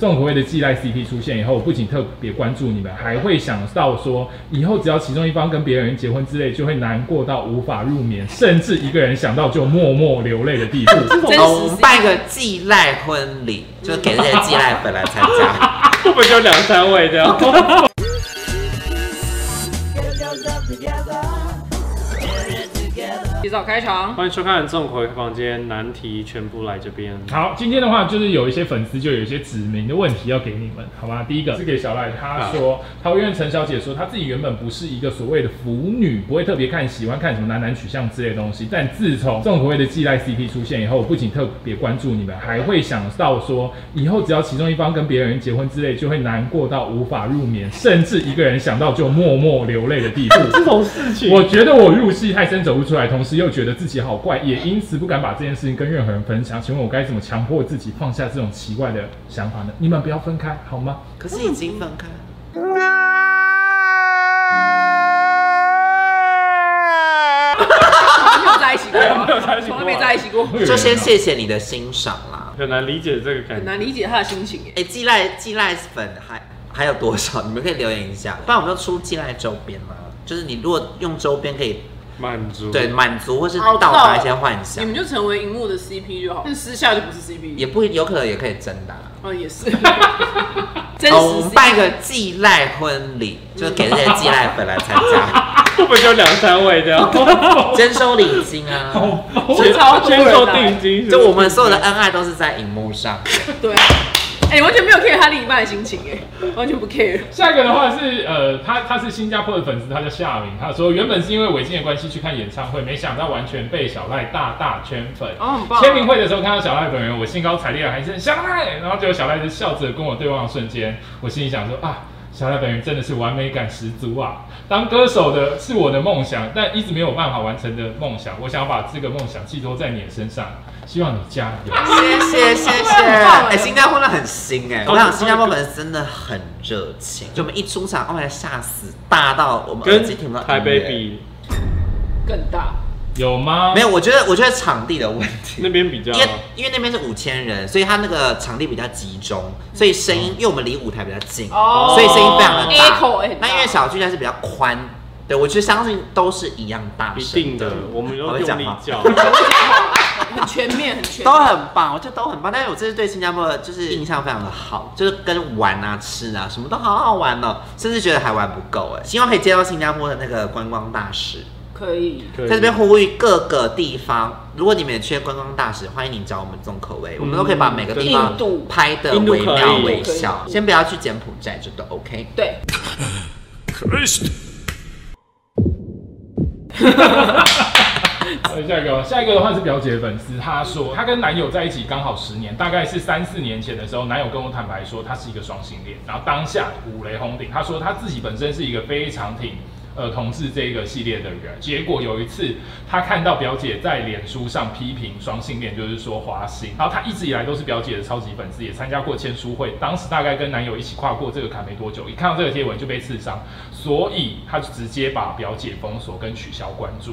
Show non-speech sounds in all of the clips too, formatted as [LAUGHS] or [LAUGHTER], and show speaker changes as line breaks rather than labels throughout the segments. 重口味的季代 CP 出现以后，我不仅特别关注你们，还会想到说，以后只要其中一方跟别人结婚之类，就会难过到无法入眠，甚至一个人想到就默默流泪的地步。
[LAUGHS] 真
哦，我
实
们
是
办一个寄赖婚礼，就给那些寄赖粉来参
[LAUGHS]
加。
会 [LAUGHS] 不会就两三位这样？
提早开场，
欢迎收看《重口味房间》，难题全部来这边。
好，今天的话就是有一些粉丝就有一些指明的问题要给你们，好吧？第一个是给小赖，他说桃园陈小姐说她自己原本不是一个所谓的腐女，不会特别看喜欢看什么男男取向之类的东西，但自从重口味的寄赖 CP 出现以后，我不仅特别关注你们，还会想到说以后只要其中一方跟别人结婚之类，就会难过到无法入眠，甚至一个人想到就默默流泪的地步。
这种事情
我觉得我入戏太深走不出来，同时又觉得自己好怪，也因此不敢把这件事情跟任何人分享。请问我该怎么强迫自己放下这种奇怪的想法呢？你们不要分开好吗？
可是已经分开，
没有在一起
[LAUGHS]
过
没有在一起过
从来没在一起过，
[LAUGHS] 就先谢谢你的欣赏啦。
很难理解这个感
很
觉。
难理解他的心情耶。
哎、寄赖寄赖粉还还有多少？你们可以留言一下，不然我们就出寄赖周边嘛。就是你如果用周边可以
满足
对满足或是
哦我
到
知道
达
了
一些幻
你
想，
们就成为荧幕的 CP 就好，但私下就不是 CP。
也不一有可能也可以真的啊、
哦，也
[LAUGHS]
是，真
哦，我们
实
办一
性。
个寄赖婚礼，就是给那些寄赖粉来参
[LAUGHS]
加，
会不会就两三位
[LAUGHS]
这样？
征收礼金啊。
我超多人
先
啊
收定金，
就我们所有的恩爱都是在荧幕上。
对啊，哎、完全没有 care 他另一半的心情哎，完全不 care。
下一个的话是呃，他他是新加坡的粉丝，他叫夏明，他说原本是因为违禁的关系去看演唱会，没想到完全被小赖大大圈粉。
哦很棒啊
签名会的时候看到小赖本人，我兴高采烈的喊一声小赖，然后结果小赖就笑着跟我对望的瞬间，我心里想说啊。小赖本人真的是完美感十足啊！当歌手的是我的梦想，但一直没有办法完成的梦想。我想把这个梦想寄托在你的身上，希望你加油。
谢谢谢谢，
棒
哎、
哎
新加坡人很新哎、
哦
我想新加坡粉丝真的很热情，就我们一出场，哦，吓死，大到我们耳
跟
机听不到音乐
台北，比
更大，
有吗？
没有，我觉得我觉得场地的问
那
题。
边比较
因为因为那边是五千人，所以它那个场地比较集中，所以声
嗯
音，因为我们离舞台比较近，
哦
所以声音非常的大。
Echo 也很大
那因为小巨蛋是比较宽，对我觉得相信都是一样大
一
声
定的，我们
好
都
会
用
讲
力
话 [LAUGHS]
叫。
很全面，很全
都
面。
很棒，我觉得都很棒。但是我这次对新加坡的就是印象非常的好，就是跟玩啊、吃啊，什么都好好玩哦，甚至觉得还玩不够哎。希望可以接到新加坡的那个观光大使，
可以，
可以
在这边呼吁各个地方，如果你们也缺观光大使，欢迎你找我们重口味，我们都可以把每个地方
印度
拍的
嗯印度可
惟
以
妙惟肖
印。度
先不要去柬埔寨，这都 OK。
对，
呃，下一个，下一个的话是表姐的粉丝，她说她跟男友在一起刚好十年，大概是三四年前的时候，男友跟我坦白说他是一个双性恋，然后当下五雷轰顶，他说他自己本身是一个非常挺。呃，同志这个系列的人，结果有一次他看到表姐在脸书上批评双性恋，就是说花心，然后他一直以来都是表姐的超级粉丝，也参加过签书会，当时大概跟男友一起跨过这个坎没多久，一看到这个贴文就被刺伤，所以他就直接把表姐封锁跟取消关注。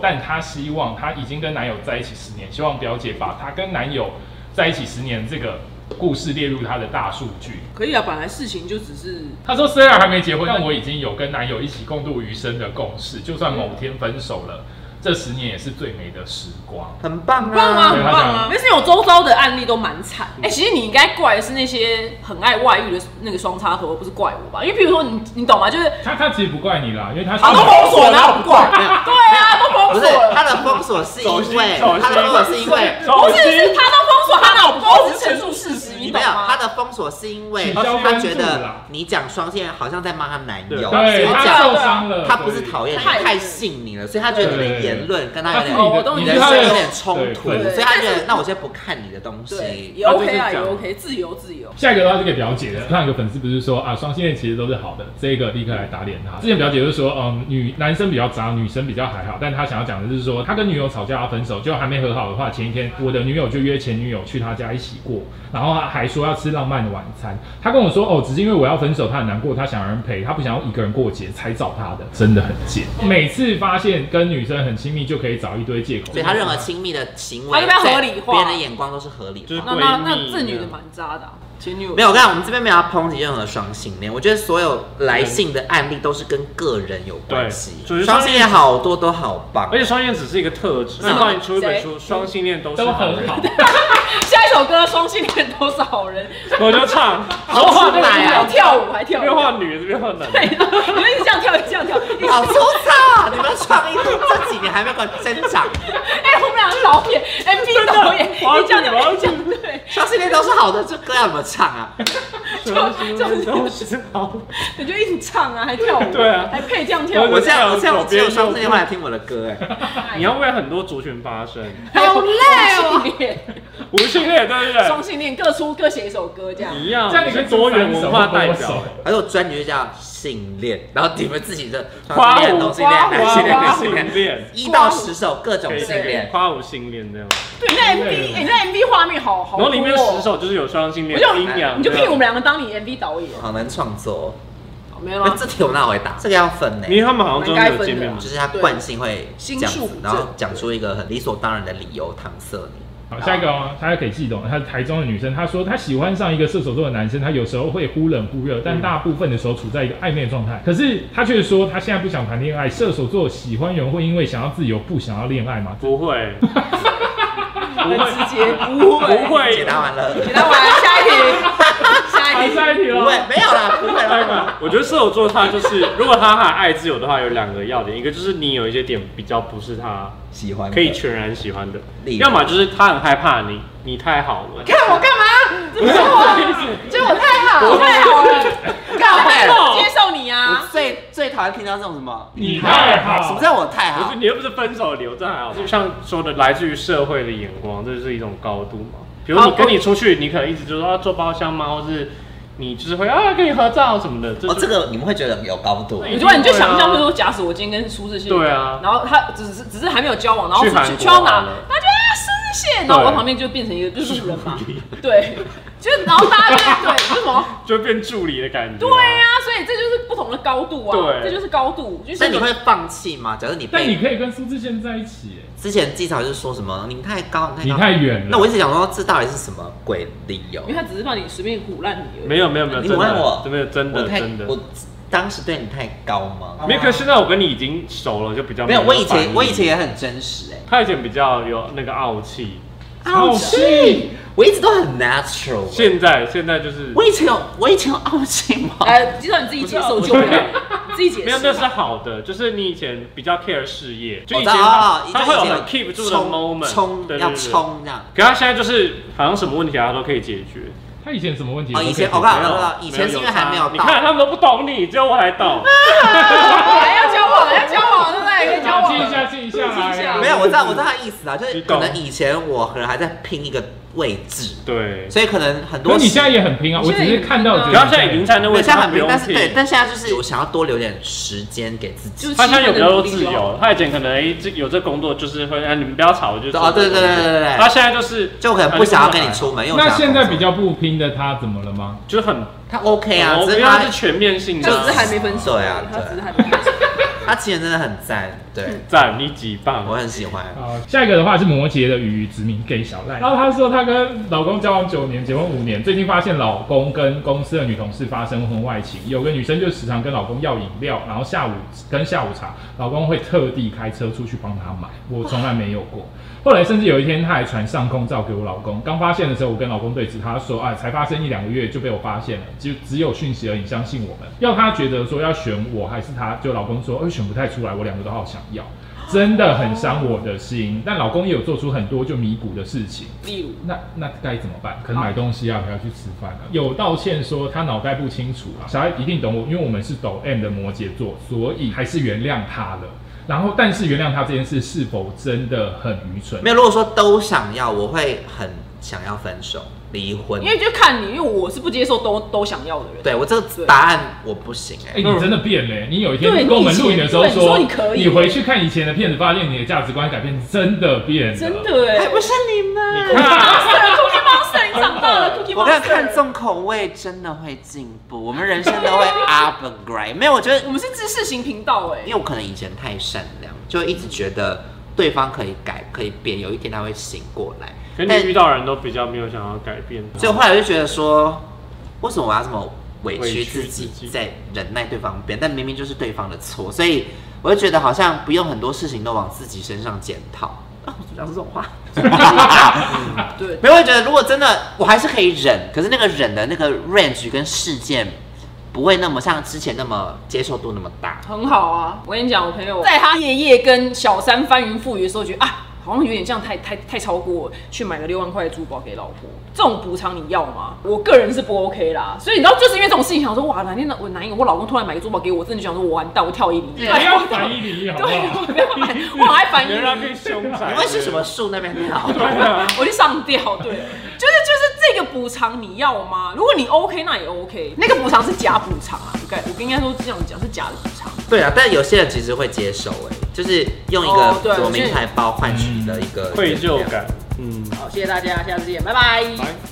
但她希望她已经跟男友在一起十年，希望表姐把她跟男友在一起十年这个故事列入她的大数据。
可以啊。本来事情就只是
她说，虽然还没结婚，但我已经有跟男友一起共度余生的共识，就算某天分手了，这十年也是最美的时光。
很棒
很棒啊，
啊！
很棒啊。但是我周遭的案例都蛮惨。哎、其实你应该怪的是那些很爱外遇的那个双插头，而不是怪我吧？因为比如说你，你懂吗？就是
她她其实不怪你啦，因为她是
啊，都封锁了，然后不怪。
没有
对啊，都封
不
锁
是
了。
他的封锁是因
走心
为
走心
他的封锁是因为
不是，是他都封锁他老公，只是陈述事实，你
没
懂
有，他
吗？
的封锁是因为
取消
他
关注
觉得
啦
你讲双性恋好像在骂她男友，所
对
对
以
她
讲
受伤了，
他不是
对
讨厌你，
太
太信你了，所以他觉得你的
对
言论跟他
她
有
是
点
哦我
你
懂
的，
你
你
的
是她
人生
的
有点冲突，
对
对
所以他觉
但
得
是
那我先不看你的东
对，
西
也。OK 啊，
他就是这
也
样
OK，自由自由。
下一个的话是给表姐的，上一个粉丝不是说啊，双性恋其实都是好的，这个立刻来打脸他。之前表姐就说，嗯，女男生比较渣，女生比较还好，但她想要讲的是说，她啊跟女友吵架要分手，就还没和好的话，前一天我的女友就约前女友去她家一起过，然后还说要吃浪漫的晚餐。他跟我说，哦，只是因为我要分手，他很难过，他想有人陪，他不想要一个人过节，才找他的，真的很贱。每次发现跟女生很亲密，就可以找一堆借口。
所以他任何亲密的行
他
为，
就被合理化
在别人的眼光都是合理
就是
化。
那那那这女的蛮渣的、啊，前女友
没有，我跟你讲，我们这边没有要抨击任何双性恋，我觉得所有来信的案例都是跟个人有关系
对就是。
双性恋好多都好棒
而，且双性恋只是一个特质。那
吗
不然你出一本
谁
书，双性恋都是
都
好
很
人，
好，
[LAUGHS] 下一首歌双性恋都是好人，
[LAUGHS] 我就唱，
好
然后画
出来啊
还跳舞还
这
跳
边
舞，
画女，这边画男，
对，你们一直这样跳，一直这样跳，一直
好粗糙啊！你们的创意这几年还没有增长，
[LAUGHS] 哎、我们俩是哎导演，MV 导演，一这样跳，一这样对，
双性恋都是好的，这歌要怎么唱啊？
双性恋都是好
你
人。
就一直唱啊，还跳舞，
对啊
还配这样跳
对
舞
我，这样我这样，
左
我只有
边
双性
右
恋会来听我的歌哎。
你要为很多族群发声，
好
[LAUGHS]
累哦，双性恋
无性恋对不对？
双性恋各出各写一首歌这样。
一样，
这 [LAUGHS] 样你可以
是多元文化代
出三
表
首。
而且我专辑就叫性恋，然后你们自己的
花
双性
舞
恋、同性恋、
花舞
男性恋、女
花舞
性
性
恋， [LAUGHS]
恋，
一到十首各种
可以
性恋。
花舞性恋这样，
对，你那 MV，哎、你那 MV 画面好好、多哦
然后里面十，首就是有双性恋
我就，
阴阳，
你就
这
聘
样
我们。两个当你 MV 导演，
啊
好难创作、
好没有啊
哦，那
吗？
这题我哪会答？这个要分呢、
因为他们好像真的有见面
蛮该分的啊
嘛
就，是他惯性会这
心
样
术
子
不，正
然后讲出一个很理所当然的理由搪塞你。
好，下一个哦，大家可以记懂，她是台中的女生，她说她喜欢上一个射手座的男生，她有时候会忽冷忽热，但大部分的时候处在一个暧昧的状态。可是她却说她现在不想谈恋爱。射手座喜欢人会因为想要自由不想要恋爱吗？
不会，
很直接，不会，
不会
解答完了，
给他玩下一题，下
好，
一题。
下一题
不
喽。
会，没有啦，不会啦。
我觉得射手座他就是，如果他还爱自由的话，有两个要点，一个就是你有一些点比较不是他
喜欢的
可以全然喜欢的，
例如
要么就是他很害怕你，你太好了， [LAUGHS]
看我干嘛？这不是
啊
我，这我太好，我太好了，
干嘛
我接受你
我
啊！
最最讨厌听到这种什么，
你太
什么
好，
叫我太
不
好
是？你又不是分手理由，这还好。就像说的，来自于社会的眼光，这是一种高度嘛。比如
好
你跟你出去，你可能一直就说啊做包厢吗，或是你就是会啊跟你合照什么的。
哦，
就 [LAUGHS]
这个你们会觉得有高度。
你就你就想象，就是说，假使我今天跟苏志燮，
啊对啊
然后他只是只是还没有交往，然后
去
去
韩国
去到
好
哪
了，
他就啊苏志燮，然后我在旁边就变成一个就是路人嘛，对， [LAUGHS] 就是然后大家就在对，就是什
[LAUGHS]
么？
就会变助理的感觉。啊
对呀，所以这就是不同的高度啊，
对
这就是高度，就是
那你会放弃吗？假如你
但你
被
可以跟苏志燮在一起耶，
之前技巧就是说什么你太高，你
你
太高，
太远了。
那我一直想说这到底是什么鬼理由
因为？他只是让你随便唬烂你而已。
没有没有没有，
你
真的
问我，
没有真
我
的
太
真的。啊
我当时对你太高吗？
没有，可是现在我跟你已经熟了，就比较
没有，
那
我
个
以
反
前
应
我以前也很真实哎、
他以前比较有那个傲气，
好气，
我一直都很 natural 欸、
现在现在就是
我以前有我以前有傲气吗？
哎，就算你自己解受就没有，你自己解
没有，
释
那。是好的，就是你以前比较 care 事业，就
我
以
知
前
道
他
哦
他
就
会有
以前
很 keep 住的
冲
moment，对
冲要。
对对
冲这样。
可他现在就是好像什么问题啊，他都可以解决。
他以前什么问题都
哦，
可
以
解决？
前我看我看，以前是因为还没有
你看
到，
他们都不懂你，只有我还懂。
[LAUGHS] 还要交往，要交往，对不对？可以交
啊
往。
记一下，记一下
记一下
来。
没有，我知道我知道他意思啊，就
你
是
懂
可能以前我可能还在拼一个位置，
对，
所以可能很
可
多
是
时。
你现在也很拼啊，
你
我
现在
只是看到觉得。
可他现在已经在那
对
位置，
现在
他
很
不
拼，
用
但是
拼
对，但现在就是我想要多留点时间给自己。
就是
他现在有比较多自
基本的努力
由，他以前可能哎这有这工作就是会哎你们不要吵，我就
对哦对对对对对对
他现在就是
就我可能不想要啊跟你，出门，因为我
那
想要
现在
工
比
作
较不拼的他怎么了吗？
就是很
他 OK 啊，
我
只
觉
是
得
他
他是全面性
他
的
只是还没分手，
对啊
他
对啊
只是还没分手。
他情人真的很赞，对
赞你几棒
我，很喜欢。
好，下一个的话是摩羯的鱼子民 gay 小赖，然后她说她跟老公交往九年，结婚五年，最近发现老公跟公司的女同事发生婚外情，有个女生就时常跟老公要饮料，然后下午跟下午茶，老公会特地开车出去帮她买，我从来没有过。后来甚至有一天，她还传上空照给我老公，刚发现的时候，我跟老公对峙，他说啊，才发生一两个月就被我发现了，就只有讯息而已，你相信我们。要他觉得说要选我还是他，就老公说，哎、选不太出来，我两个都好想要。真的很伤我的心。但老公也有做出很多就弥补的事情，
例如，
那那该怎么办？可能买东西啊，还要去吃饭啊。有道歉说他脑袋不清楚啊，小孩一定懂我，因为我们是抖 M 的摩羯座，所以还是原谅他了。然后，但是原谅他这件事是否真的很愚蠢？哎
没有，如果说都想要，我会很想要分手、离婚
因。为就看你，因为我是不接受都都想要的人。
对我这个答案我不行哎、
哎、你真的变了欸、你有一天
嗯对
跟我们录影的时候
你以前
说，
对你说你可以
回去看以前的片子，发现你的价值观改变，真的变了，
真的哎，
还不是你们？
你看
Monster，Cookie 啊 Monster，你长大了，Cookie 你
我
忘
跟你
记了
看重口味真的会进步，我们人生都会 upgrade。没有，我觉
我
得，
们是知识型频道哎、
因为我可能以前太善良，就一直觉得对方可以改，可以变，有一天他会醒过来。
可你遇到人都比较没有想要改变，
所以我后来我就觉得说，为什么我要这么委屈自
委屈自
己，
己
在忍耐对方变？但明明就是对方的错，所以我就觉得好像不用很多事情都往自己身上检讨。 [LAUGHS] 啊，我怎么讲这种话？ [LAUGHS]
对，
没有，我也觉得如果真的我还是可以忍，可是那个忍的那个 range 跟事件不会那么像之前那么接受度那么大。
很好啊。我跟你讲，我朋友在他夜夜跟小三翻云覆雨的时候，觉得啊，好像有点像太太太超过了，去买了六万块的珠宝给老婆，这种补偿你要吗？我个人是不 OK 啦。所以你知道，就是因为这种事情，想说哇，哪天我男友我老公突然买个珠宝给我，我真的就想说我完蛋，我跳一米。
不要反一零一好不
对，
好
我？没有买，我还反应
原来被凶宅，
因为是什么树那边好？
我就上吊，对，就是就是这个补偿你要吗？如果你 OK，那也 OK。那个补偿是假补偿啊，我该我跟应该说这样讲是假的补偿。
对啊，但有些人其实会接受、哎，就是用一
哦对
个什么
我觉得
名牌包换取的一个
愧疚。感，嗯。
好，谢谢大家，下次见，拜拜。
拜